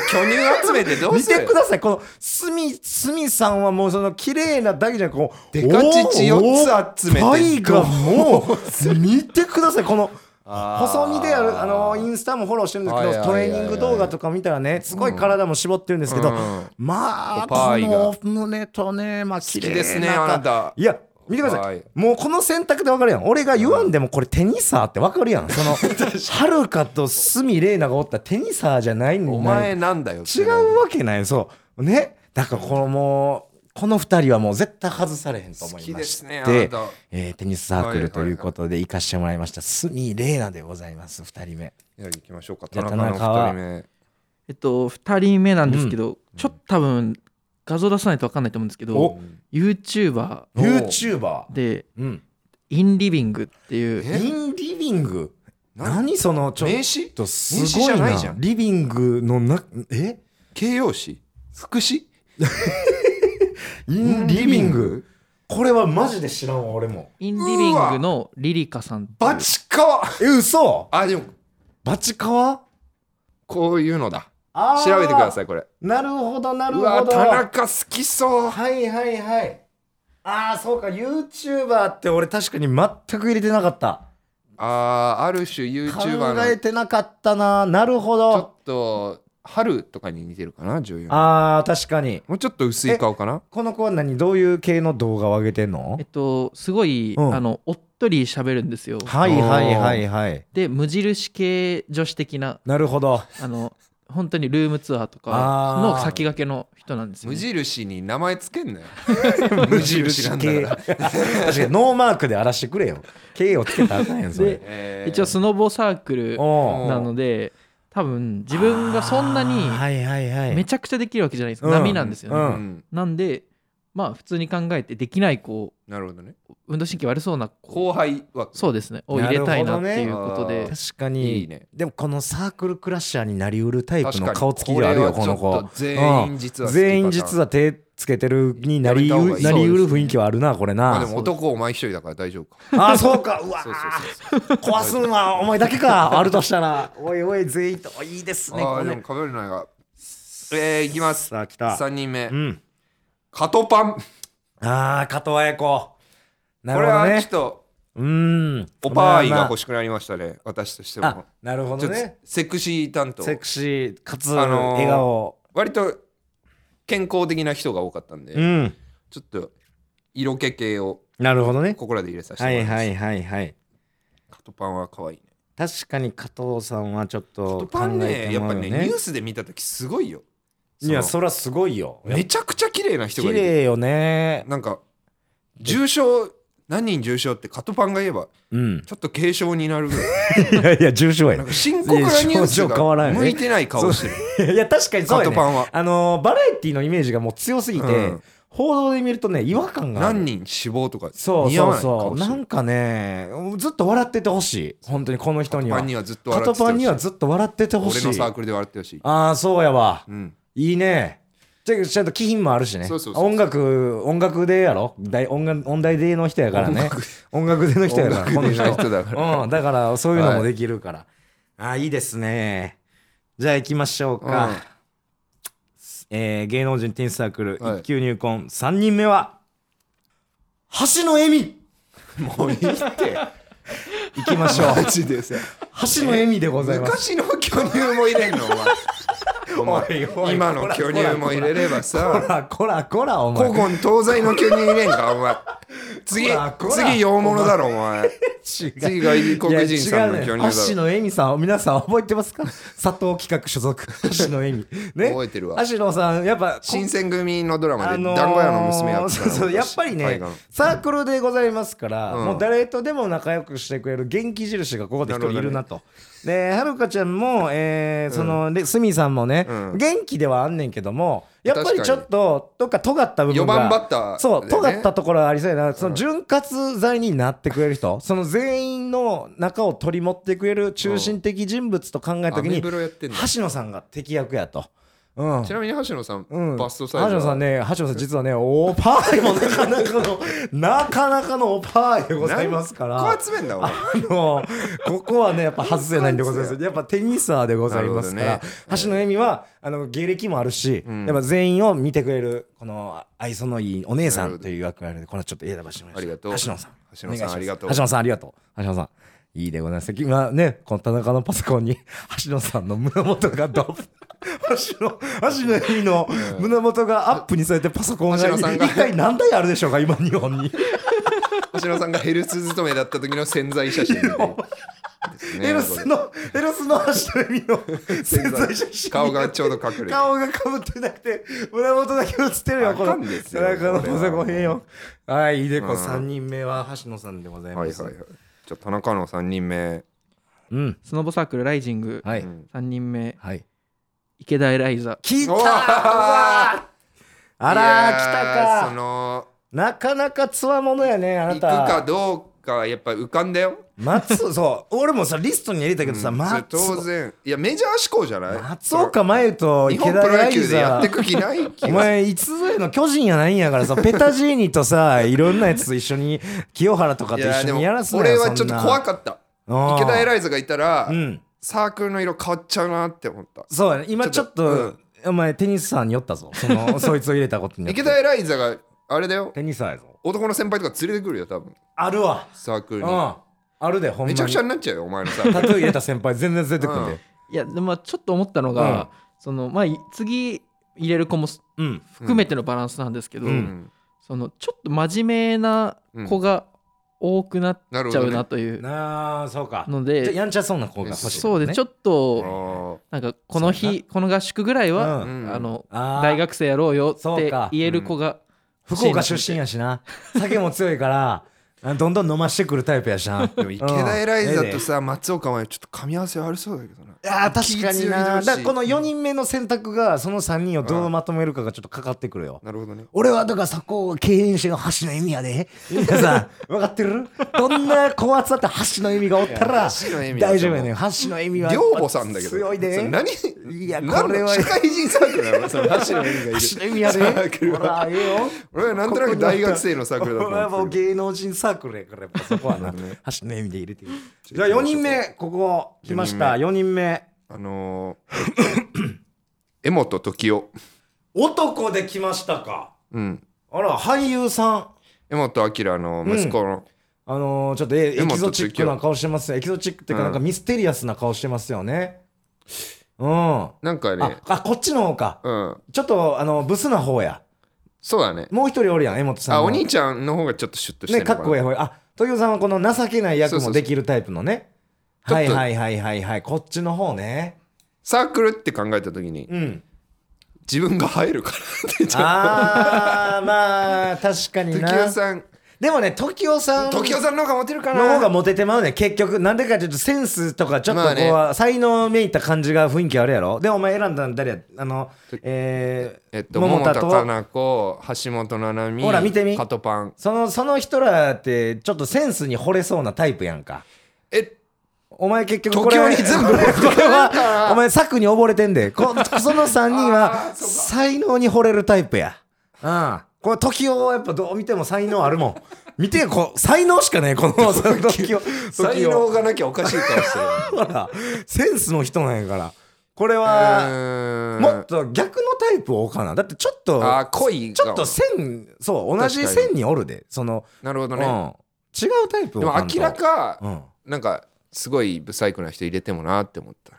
S1: 乳集めてどう
S2: 見
S1: する
S2: てくださいこのすみすみさんはもうその綺麗なだけじゃなくこう
S1: デカチチ4つ集めて
S2: おおっぱいがもう見てくださいこの
S1: あー
S2: 細身であるあのインスタもフォローしてるんですけ
S1: はい
S2: ど
S1: はい
S2: ト
S1: はいはい
S2: レーニング動画とか見たらねすごい体も絞ってるんですけど、
S1: うん
S2: まあ
S1: おっぱ
S2: こ
S1: いが
S2: の胸とねまあ綺
S1: 好
S2: 麗
S1: きですね
S2: か
S1: あなた
S2: いや見てくださ
S1: はいい
S2: もうこの選択で分かるやん俺が言わんでもこれテニサーって分かるやん そのはるかと鷲見玲奈がおったらテニサーじゃないんだ
S1: お前なんだよ
S2: 違うわけないそうねだからこのもうこの2人はもう絶対外されへんと思
S1: 好
S2: い
S1: き
S2: ま
S1: で
S2: し
S1: す
S2: て
S1: ねあなた
S2: えーテニスサークルということで行かしてもらいました鷲見玲奈でございます2人目
S1: いや行きましょうか
S2: じゃ
S1: 田
S2: あ
S1: 中の
S2: 田中は
S1: 2人目
S3: えっと2人目なんですけど、ちょっと多分画像出さないと分かんないと思うんですけど
S2: お
S3: YouTuber
S1: お
S2: YouTuber
S3: で
S2: うん
S3: インリビングっていう
S1: え
S2: インリビング
S1: な
S2: 何そのちょっ
S1: 名詞
S2: とす
S1: 名
S2: ご
S1: 詞
S2: い
S1: じゃない
S2: な
S1: じゃん
S2: リビングのなえ
S1: 形容詞副詞
S2: インリビングこれはマジで知らんわ俺も
S3: インリビングのリリカさんっていう
S1: バチカワ
S2: え嘘
S1: あでも
S2: バチカワ
S1: こういうのだ調べてくださ
S2: い
S1: いこれ
S2: なるほどな
S1: う
S2: るほど
S1: わ田中好きそう
S2: はいはいはいああそうか YouTuber って俺確かに全く入れてなかった
S1: あーある種
S2: 考
S1: YouTuber
S2: え
S1: のち
S2: てなかったななるほ
S1: ょっ
S2: ど
S1: と春とかに似てるかな女優の
S2: あー確かに
S1: もうちょっと薄い顔かな
S2: この子は何どういう系の動画を上げてんの
S3: えっとすごい、
S2: うん
S3: あのおっとり喋るんですよ
S2: はいはいはいはい
S3: で無印系女子的な
S2: なるほど
S3: あの本当にルームツアーとかの先駆けの人なんですよ、
S1: 無
S3: ね、
S1: 印に名前つけんなよ無印なんだ から、
S2: 確かにノーマークで荒らしてくれよ形をつけたらあかんやんそれ
S3: で
S1: えー
S3: 一応スノボサークル
S2: おう
S3: なので多分自分がそんな
S2: あー
S3: に
S2: はいはいはい
S3: めちゃくちゃできるわけじゃないです
S2: うん
S3: 波なんですよね、
S2: う
S1: うんん、
S3: なんでまあ普通に考えてできない子
S1: なるほどね
S3: 運動神経悪そうな子
S1: 後輩は
S3: そうですねを入れたいなっていうこと
S1: なる
S3: で、
S1: ほどね
S2: 確かに
S1: いいね
S2: でもこのサークルクラッシャーになりうるタイプ
S1: 確
S2: の
S1: かに
S2: 顔つきではあるよ
S1: こ
S2: こ
S1: れは
S2: の
S1: ちょ
S2: 子
S1: っと全員実は好きパターン
S2: 全員実は手つけてるになり
S1: やめた方が
S2: う
S1: いい
S2: なりうる雰囲気はあるなこれ
S1: まあ
S2: な
S1: でも男お前一人だから大丈夫か
S2: あそうかうわ
S1: そう
S2: ー
S1: そうそう
S2: 壊すんはお前だけかあるとしたらおいおい全員といいです
S1: そう
S2: ね
S1: あー
S2: これ
S1: でも
S2: ね
S1: かぶれないがえー、いきます
S2: さあ来た
S1: 3人目
S2: うん
S1: カトパン
S2: あー加藤綾子な
S1: こ
S2: る
S1: れ
S2: ほど
S1: はちょっ
S2: ね
S1: と
S2: うん
S1: おパーイが欲
S2: しい
S1: しくなりましたね私として
S2: あ
S1: も
S2: なるほ
S1: ち
S2: ど
S1: ょっと
S2: ね
S1: セクシー担当
S2: セクシーかつ
S1: あのー
S2: 笑顔
S1: 割と健康的な人が多かったんで、
S2: うん
S1: ちょっと色気系を
S2: なるほどね
S1: ここらで入れさせて
S2: は
S1: もら
S2: い
S1: います、
S2: はいはいはい
S1: カトパンは可愛いね
S2: 確かに加藤さんはちょっ
S1: カ
S2: と
S1: ト
S2: 考
S1: パン
S2: え
S1: ね
S2: て
S1: やっ
S2: も
S1: ぱ
S2: らう
S1: ね
S2: よ
S1: ニ
S2: ね
S1: ュースで見た時すごいよ
S2: いや
S1: そ
S2: そりゃすごいよ
S1: のめちゃくちゃ綺麗な人が
S2: 綺
S1: いる
S2: 麗よね
S1: なんか重症何人重症ってカトパンが言えば
S2: うん
S1: ちょっと軽症になるぐ らい
S2: いやいや重症や
S1: なんか深刻なニュース
S2: いや症状変わらん
S1: が
S2: よね
S1: 向いてない顔して る
S2: いや確かにそうや
S1: カトパン
S2: ね
S1: は
S2: あのーバラエティのイメージがもう強すぎて、
S1: うん
S2: 報道で見るとね違和感がある
S1: 何人死亡とか
S2: そう
S1: 似合
S2: そ
S1: わ
S2: う
S1: ない顔
S2: そう
S1: して
S2: な
S1: る
S2: んかねずっと笑っててほしい本当にこの人に
S1: カトパ
S2: は
S1: ンにはずっと
S2: カ
S1: 笑っ
S2: ト
S1: ててほ
S2: パ
S1: しい
S2: ンにはずっと笑っててほしい
S1: 俺のサークルで笑ってほしい
S2: ああそうやわ
S1: うん
S2: いいねじゃあちゃんと気品もあるしね
S1: そうそうそう
S2: 音楽音楽でやろ大音楽音大での人やからね音楽での人やから
S1: 音楽での人だから
S2: うん、だからそういうのもできるから、ああいいですねじゃあ行きましょうか、
S1: うん
S2: えー芸能人テニスサークル
S1: はい
S2: 一級入魂、三3人目は橋野恵美
S1: もういいって
S2: 行き ましょう
S1: マジでさ
S2: 橋野恵美でございます
S1: 昔の巨乳も入れん のお前
S2: おい
S1: お
S2: お
S1: 前
S2: い
S1: 今の巨乳も入れれば
S2: こ
S1: さ
S2: らこらこらお前
S1: 古今東西の巨乳入れんかお前次
S2: こらこら
S1: 次洋物だろお前次が異国人さんの巨
S2: いや違うね
S1: 乳
S2: 橋
S1: だろ
S2: 野恵美さんを皆さん覚え てますか佐藤企画所属橋野恵美ね
S1: 覚えてるわ
S2: 橋野さんやっぱ
S1: 新選組のドラマで
S2: あのー
S1: 団子屋の娘やってた
S2: そうそうやっぱりねサークルでございますから、
S1: うん
S2: もう誰とでも仲良くしてくれる元気印がここで一人いるなとではるかちゃんも、えーそのでスミさんもね、
S1: うん
S2: 元気ではあんねんけどもやっぱりちょっとどっか尖った部分
S1: 4
S2: が
S1: 番バッターだよね
S2: そう尖ったところはありそうやなその潤滑剤になってくれ る人、その全員の中を取り持ってくれる中心的人物と考えた時
S1: アメ
S2: に
S1: ブロやってんだ
S2: 橋野さんが敵役やと。うん、
S1: ちなみに橋野さん
S2: うん、
S1: バストサイズ
S2: 橋野さんね、橋野さん実はね、オーパーイもなかなかの、なかなかのオーパーイでございますから。
S1: こ集めんだお前
S2: あのここはねやっぱ外せないんでござ いますやっぱテニスアーでございますから、
S1: なる
S2: 橋野恵美はあの芸歴もあるし、
S1: ん
S2: やっぱ全員を見てくれるこの愛想のいいお姉さ
S1: なるほ
S2: ん
S1: ど
S2: という役割でこれはちょっと選ばせてもらいま
S1: ありが
S2: した
S1: とう
S2: 橋野さ
S1: 橋
S2: ん
S1: 野さん
S2: お願いします
S1: ありがとう
S2: 橋野さんありがとう橋野さんいいでございます今ねこの田中のパソコンに橋野さんの胸元がドッ橋野橋野恵美の胸元がアップにされてパソコンが
S1: 橋野さんが
S2: 一体何台あるでしょうか今日本に
S1: 橋野さんがヘルス勤めだった時の潜在写真み たいなですね
S2: エロスの、エロスの橋の意味の潜在写真。
S1: 顔がちょうど隠れて
S2: 顔が被ってなくて、胸元だけ映ってるよ、
S1: あ
S2: こ
S1: か
S2: の。
S1: んですよ
S2: なんかの
S1: これは
S2: パソコンよ。はい、いいで
S1: う
S2: こ
S1: ん
S2: 三人目は橋野さんでござい
S1: は
S2: ま
S1: い
S2: す。
S1: はいはい。じゃあ田中の3人目。
S2: うん。
S3: スノボサークルライジング
S2: は
S1: う
S2: い。
S1: ん
S3: 3人目
S2: はい。
S3: 池田エライザ
S2: 来た
S1: おー
S2: うわーあ
S1: いや
S2: らー、来た
S1: そ
S2: か
S1: の
S2: なかなかつわものやね、あ
S1: 行
S2: な
S1: く
S2: た。
S1: かどうかやっぱ浮かんだよ。
S2: 松、そう。俺もさ、リストに入れたけどさ、
S1: うんそれ
S2: 松
S1: 当然いやメジャー志向じゃない。
S2: 松岡真優
S1: その
S2: と
S1: 日
S2: 池
S1: 本
S2: 田
S1: プロ
S2: ラ
S1: 野
S2: イ
S1: 球でや
S2: ザ
S1: っ
S2: ー
S1: て。く気ない気
S2: お
S1: がする。
S2: 前いつぞやの巨人やないんやか らさペタジーニとさいろんなやつと一緒に清原とか
S1: い
S2: と一
S1: やで
S2: 緒
S1: も
S2: にやらすな
S1: 俺
S2: よ
S1: はちょっと怖かった。
S2: っ
S1: 池田エ
S2: い
S1: ライザがいたら、
S2: うん
S1: サークルの色変わっちゃうなって思った。
S2: そうやね今ちょっ
S1: ちょ
S2: と
S1: っ
S2: お前テニスさんに酔ったぞ そのそいつを入れたことによって
S1: 池田エライザがあれだよ。
S2: テニスさんやぞ
S1: 男の先輩とか連れてくるよ多分
S2: あるわ
S1: サーク
S2: う
S1: ル
S2: ん
S1: に。
S2: あるでほんまに
S1: めちゃくちゃになっちゃうよお前のサーク
S2: タトゥー入れた先輩全然出てくん
S1: う
S2: で
S1: ん
S3: いやでもまあちょっと思ったの
S2: うん
S3: がそのまあい次入れる子もす
S2: うん
S3: 含めてのバランスなんですけど
S2: う
S1: ル。うんん
S3: そのちょっと真面目な子が多くなっ
S1: なるほ
S3: ちゃ
S1: ど
S3: う
S1: ね
S3: な。という
S2: なあそうか
S3: の
S2: ちょ
S3: で
S2: やんちゃそうな子が欲しい
S3: そうですち
S2: ょっ
S3: ょっと
S1: あ
S3: なんかこの
S2: そうや
S3: 日この合宿ぐらい
S1: ー
S3: は
S1: うん
S3: あの大
S2: 大
S3: 学生やろうよっ
S2: そう
S3: て
S2: か
S3: 言える子が
S2: 福岡出身やしな酒も強いからあどんどん飲ましてくるタイプやしな
S1: でも池田エライザとさ、松岡はちょっと噛み合わせ悪そうだけどな。
S2: あー確かにな
S1: 気強い同士
S2: だからこの4人目の選択がその3人をどうまとめるかがちょっとかかってくるよ、
S1: なるほどね。
S2: 俺はだからそこを敬遠しての橋の意味やで皆さん 分かってるどんな高圧だって橋の意味がおったら
S1: いや 橋の意味は
S2: 大丈夫やねん橋の意味は
S1: 寮母さんだけど。
S2: 強い
S1: そ
S2: で
S1: れ
S2: 橋
S1: 何
S2: いや
S1: なんだ
S2: これは
S1: 社会人サークルなの その橋の意味がいる。
S2: の意味やで
S1: サークル
S2: ほ
S1: は。
S2: らええよ
S1: 俺はなんとなく大学生のサークルだと
S2: 俺はも
S1: 思っ
S2: う
S1: てる。
S2: 芸能人サークルやからやっぱそこはな
S1: なる ほどね
S2: 橋の意味で入れてるじゃあ4人目ここ来ました4人目
S1: あのー、江本時生。
S2: 男で来ましたか
S1: うん。
S2: あら俳優さん
S1: 江本明の息子の。
S2: あのー、ちょっとえエ
S1: 柄本
S2: キゾチックな顔してますよエキゾチックっていうか
S1: う
S2: なんんかミステリアスな顔してますよねうん、あ
S1: なんかね、
S2: あこっちの方か
S1: うん。
S2: ちょっとあのブスな方や
S1: そうだね。
S2: もう一人おるやん江本さん
S1: あ、
S2: の
S1: お兄ちゃんの方がちょっとシュッとして
S2: ね
S1: るの
S2: か
S1: か
S2: っ
S1: な。
S2: こええ方やあ豊さんはこの情けな
S1: そう
S2: い役
S1: そうそ
S2: も
S1: う
S2: できるタイプのね
S1: ちょっと
S2: はいはいはいはいはいこっちの方ね
S1: サークルって考えた時に、
S2: うん
S1: 自分が入るからってちょっ
S2: あーまあ確
S1: と。
S2: かに
S1: 時
S2: な
S1: 生さん。
S2: でもね時生さん
S1: 時生さんの方がモテるかな。
S2: の方がモテてまうねん結局なんでかというとセンスとかちょっとこう、
S1: ま
S2: 才能めいた感じが雰囲気あるやろでお前選んだの誰やあのえー
S1: えっと、
S2: 桃
S1: 桃田
S2: 田と
S1: かな子、橋本七海、
S2: ほら見てみ
S1: カトパン。
S2: そのその人らってちょっとセンスに惚れそうなタイプやんか
S1: え、
S2: お前結局
S1: 時
S2: これ
S1: 折全部
S2: これはお前策に溺れてんでこその3人は才能に惚れるタイプやうんこれ時をやっぱどう見ても才能あるもん見てよこう才能しかねこの時を
S1: 才能がなきゃおかしい顔 してる
S2: ほらセンスの人なんやからこれ
S1: う
S2: は
S1: ーん
S2: もっと逆のタイプを置かなだってちょっと
S1: あー濃い
S2: ちょっと
S1: 顔
S2: 線そう同じ
S1: 確かに
S2: 線におるでその、
S1: なるほど
S2: うん、
S1: ね、
S2: 違うタイプを
S1: でも
S2: 置かんと
S1: 明らか
S2: うん
S1: なんかすごいブサイクな人入れてもなって思った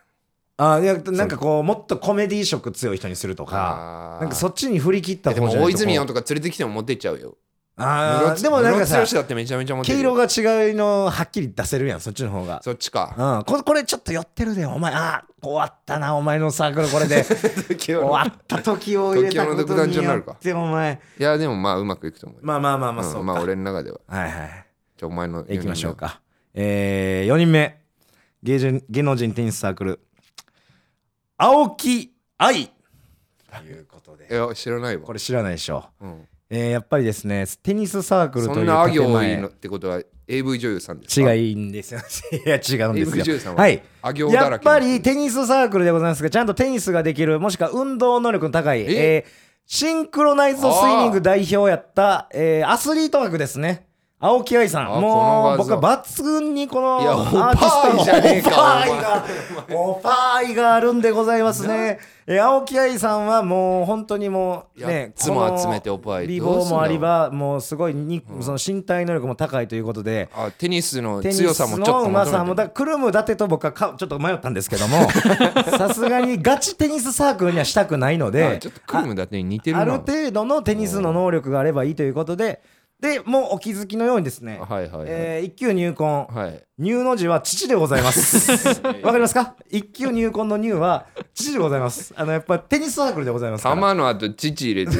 S2: あいやなんかこうもっとコメディ色強い人にするとか
S1: あー
S2: なんかそっちに振り切った
S1: えで
S2: 方
S1: も
S2: じゃない
S1: 大
S2: と
S1: 泉洋とか連れてきてもモテちゃうよ
S2: あーでもなんか
S1: ム
S2: さ
S1: ロツヨシだってめちゃめちゃモテ
S2: 毛
S1: る
S2: 色
S1: よ
S2: が違いのはっきり出せるやんそっちの方が
S1: そっちか
S2: うんここれちょっと寄ってるでお前あー終わったなお前のサークルこれで
S1: 終
S2: 終わった時を入れたこ
S1: 時をの独
S2: と
S1: 断
S2: に
S1: 場にな
S2: よ
S1: るか
S2: ってお前
S1: いやでもまあうまくいくと思うよ
S2: まあまあまあまあ
S1: うん
S2: そうか、
S1: まあ俺の中では
S2: はいはい
S1: じゃあお前の
S2: いきましょうか。えー、4人目芸人、芸能人テニスサークル、青木愛ということ
S1: い
S2: で、
S1: や知らないわ
S2: これ知らないでしょ。
S1: うん
S2: えー、やっぱりですね、テニスサークルと
S1: そ
S2: い
S1: ん
S2: う
S1: なあ
S2: 建
S1: 行い
S2: 前
S1: いのってことは AV 女優さんですか
S2: 違うんですよ。 いや、違うんで
S1: AV
S2: す
S1: 女
S2: よ。
S1: 優さんは
S2: はい。
S1: あ行だ
S2: や
S1: ら
S2: っ
S1: け
S2: ぱりテニスサークルでございますが、ちゃんとテニスができる、もしくは運動能力の高い、
S1: え
S2: えーシンクロナイズドスイミング代表やった、えーアスリート枠ですね。青木愛さん。
S1: あ
S2: も
S1: この
S2: う、僕
S1: 技
S2: は抜群にこの
S1: いや
S2: アーティストの
S1: おっぱいじゃねえか
S2: おっぱいが、おっぱいがあるんでございますね。えー青木愛さんはもう本当にもう
S1: やっ
S2: ね、
S1: つも集めておっぱい
S2: 美
S1: どう
S2: 貌
S1: すんだ
S2: も
S1: ろう
S2: ありば、もうすごいに、その身体能力も高いということで、
S1: あテニスの
S2: テニスの
S1: 強さもちょっと
S2: う
S1: 求め
S2: ま
S1: て
S2: さもだクルムだてと僕はかちょっと迷ったんですけ どもさすがにガチテニスサークルにはしたくないの
S1: あ
S2: で
S1: ちょっとクームだって似てる
S2: あ
S1: な
S2: ある程度のテニスの能力があればいいということででもうお気づきのようにですね、
S1: はいはいはい、
S2: えー一級入婚
S1: はい
S2: 入の字は父でございます わかりますか一級入婚の入は父でございますあのやっぱテニスサークルでございますからわか
S1: 玉の後乳入れ て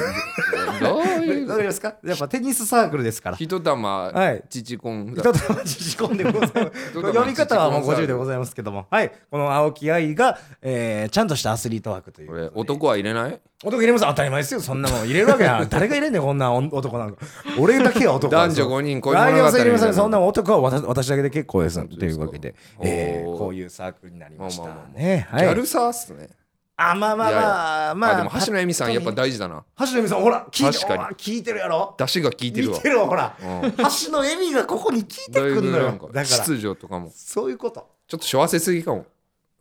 S1: どういう
S2: りますかやっぱテニスサークルですから
S1: 一玉
S2: はい
S1: 乳コ ン
S2: 一玉縮込んでございます
S1: 一玉
S2: 読み方はもう
S1: 縮こん
S2: 50でございますけどもはいこの青木愛が、えーちゃんとしたアスリート枠とい
S1: こ
S2: う
S1: れ男は入れない
S2: 男入れます当たり前ですよそんなもん入れるわ けや誰が入れんねんこんな男なんか俺だけは男
S1: 男女5人恋物語
S2: 入れません入れませ
S1: みたいなん
S2: そんな男は私私だけで結構ですというわけで、
S1: 本当ですか
S2: えー
S1: おー
S2: こういうサークルになりました
S1: まあまあま
S2: ね
S1: ギ
S2: は
S1: ャ
S2: い
S1: ルサーっすね
S2: あまあまあ
S1: いやい
S2: まあまあ
S1: あでも橋野恵美さんやっぱ大事だな
S2: 橋野恵美さんほら聞いて
S1: 確かに
S2: ほら聞いてるやろ
S1: 出汁が効いてるわ
S2: 見てるわほら
S1: うん
S2: 橋野恵美がここに聞い
S1: だ
S2: て
S1: いぶ
S2: くんの
S1: な
S2: よ
S1: んか
S2: だから
S1: 秩序とかも
S2: そういうこと
S1: ちょっとしょわせすぎかも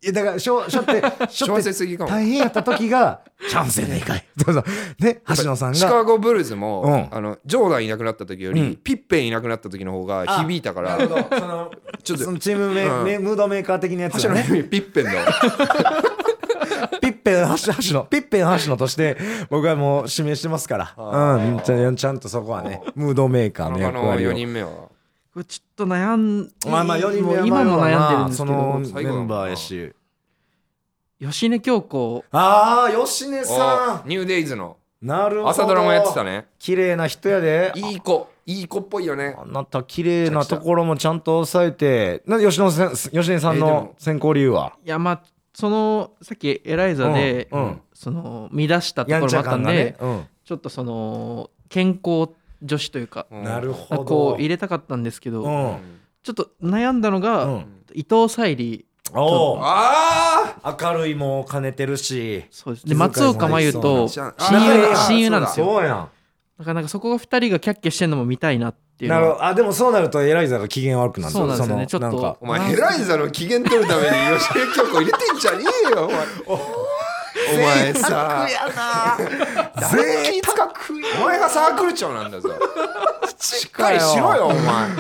S2: いやだからしょしょ ってし
S1: しょ
S2: ょっ
S1: わせ
S2: て
S1: すぎかも
S2: 大変やった時がチャンスやねんかいそうそうね橋野さん
S1: シカ
S2: が
S1: ゴブルーズも、
S2: うん
S1: あのジョーダンいなくなった時より、ピッペンいなくなった時の方が響いたから
S2: なるほどその
S1: ちょっと
S2: そのチームメ,、
S1: うん
S2: メムードメーカー的なやつ
S1: 橋
S2: が
S1: の
S2: ね
S1: 恵美ピッペンだわ
S2: ピッペン橋橋野ピッペン橋野として僕はもう指名してますからうんちゃんちゃんとそこはねムードメーカーの
S1: 他
S2: 役
S1: の
S2: 割
S1: 4
S2: を
S1: 人目は
S3: これちょっと悩ん
S2: まあまあ4人目は
S3: もう今も悩んでるんです
S2: そ
S3: けど
S2: の
S1: 最
S2: メ
S1: 後だもんな
S2: ンバーやし
S3: 吉根京子
S2: ああ吉根さ
S1: おニューデイズの
S2: んなるほど
S1: 朝ドラもやってたね
S2: 綺麗な人やで
S1: いい子いい子っぽいよね
S2: あなた綺麗なところもちゃんと抑えて、な吉野さん吉根さん
S1: えで
S2: の
S1: も
S2: 選考理由は、
S3: いやまあそのさっきエライザで、
S2: うんうん
S3: その乱したとこ
S2: や
S3: ろ
S2: んち
S3: もあ
S2: ゃ
S3: ったん
S2: 感
S3: で、
S2: がね、うん
S3: ちょっとその健康女子というか、
S1: うん
S2: なるほど。
S3: こう入れたかったんですけど、
S2: う
S1: うん
S2: ん、
S3: ちょっと悩んだのが、
S2: うん
S3: 伊藤沙莉
S2: おう
S1: あ
S2: 明るいも兼ねてるし、
S3: そうです
S2: 気遣い
S3: で松岡真優と
S1: そうなんだ
S3: 親友
S2: あ
S3: 親友なんですよ
S2: そうや
S3: だからなんかそこが2人がキャッキャしてるのも見たいなって
S2: ん。
S3: いう
S2: な
S3: の
S2: る
S3: は
S2: ほど。あでもそうなるとエライザが機嫌悪くなる
S3: そうなんですよね
S2: その
S3: ちょっと
S2: なんか
S1: お前ヘライザの機嫌取るために吉江京子入れてんじゃねえよお前お前さ 誰気使うお前がサークル長なんだぞしっかりしろよお前
S2: マ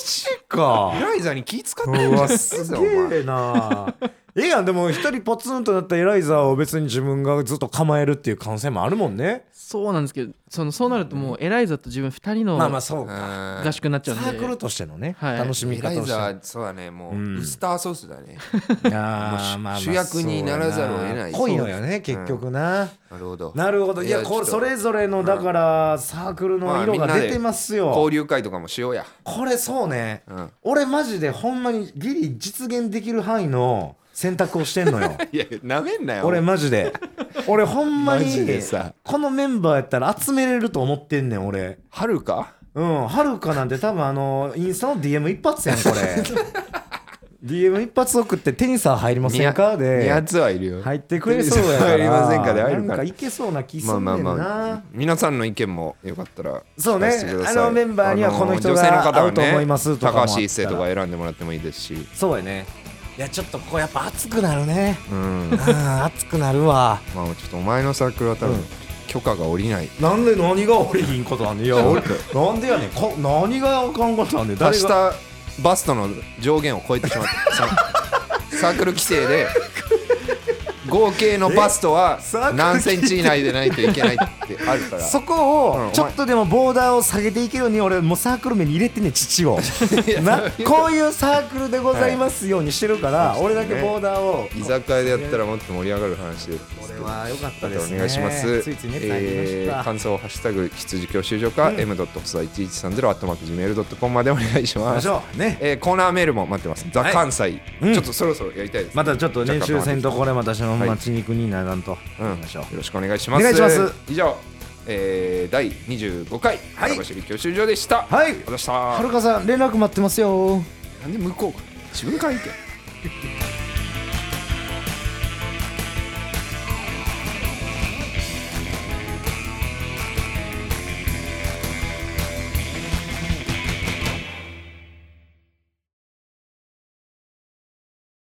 S2: ジ
S1: ヘ
S2: か。
S1: ライザに気使ってんじゃ
S2: う
S1: ね
S2: わ
S1: え
S2: す
S1: ぞお
S2: げ
S1: 前
S2: えな。ええやんでも一人ポツンとなったエライザを別に自分がずっと構えるっていう可能性もあるもんね。
S3: そうなんですけどそのそうなるともうエライザと自分2人の
S2: まあまあそうか。
S1: うん
S3: 合宿になっちゃ
S2: サ
S3: うんで、
S2: ークルとしてのね、
S3: はい
S2: 楽しみ
S1: ヘラ
S2: 方
S1: イ
S2: をして
S1: ザはそうだねも
S2: うん
S1: うウスターソースだね
S2: いやーまあまあ
S1: 主役にならざるを得ない
S2: そうやな濃いのよね結局な、
S1: なるほど
S2: なるほどいや
S1: いやち
S2: これ
S1: ょっと
S2: それぞれのだからサークルの色
S1: まあみんな
S2: が
S1: で
S2: 出てますよ、
S1: 交流会とかもしようや
S2: これそうね、
S1: うん
S2: 俺マジでほんまにギリ実現できる範囲の選択をしてんのよ
S1: いやなめんなよ
S2: 俺マジで俺ほんまに
S1: マジでさ
S2: このメンバーやったら集めれると思ってんねん俺
S1: はるか
S2: うんはるかなんて多分あのインスタの DM 一発やんこれ DM 一発送ってテニサー入りませんかで
S1: やつはいるよ
S2: 入ってくれそうやから
S1: テニス入りませんかで入るから
S2: なんかいけそうな気す
S1: まあ
S2: んね
S1: まあ
S2: んな、
S1: まあ皆さんの意見もよかったら
S2: そうね
S1: 聞かせてください
S2: あのメンバーにはこの人が
S1: あ女性の方はね
S2: 合うと思いますとかもあったら
S1: 高橋一生とか選んでもらってもいいですし
S2: そうやねいやちょっとこうやっぱ熱くなる ね
S1: うん
S2: うん熱くなるわ
S1: まあちょっとお前のサークルは多分
S2: うん
S1: 許可が下りない
S2: なんで何が俺ひんことなんねんいや俺なんでやねんこ何があかんことなんねん
S1: 達
S2: 誰
S1: し
S2: が
S1: たバストの上限を超えてしまったさサークル規制で合計のバストは
S2: えサークル
S1: 何センチ以内でないといけないってあるから
S2: そこ
S1: うんお
S2: を
S1: 前
S2: ちょっとでもボーダーを下げていけるように俺もうサークル目に入れてんねん父 をなこういうサークルでございますようにしてるから、
S1: はい
S2: 俺だけボーダーを
S1: 居酒屋でやったらもっと盛り上がる話です
S2: これは良かった
S1: ま
S2: で
S1: た
S2: す
S1: お
S2: ね
S1: 願いします。
S2: ついついね帰りまし
S1: えー
S2: た、
S1: 感想をハッシュタグ羊教習所か、m ドット細一一三ゼロアットマークジメールドットコムまでお願いし
S2: 行き
S1: ま
S2: ますし。ょうね
S1: えーコーナーメールも待ってます。ザ
S2: はい
S1: 関西、
S2: うん
S1: ちょっとそろそろやりたいです、
S2: またちょっと練習戦とこれまたその
S1: はい
S2: 待ち肉にならんと、
S1: うん、
S2: 行
S1: よ
S2: きましょう
S1: ろしくお願いします。
S2: お願いします
S1: 以上、えー、第二十五回
S2: はい
S1: 原走り教習所でした。ありが
S2: はい
S1: とうございました。
S2: はるかさん連絡待ってますよ
S1: なんで向こうか自分から行け。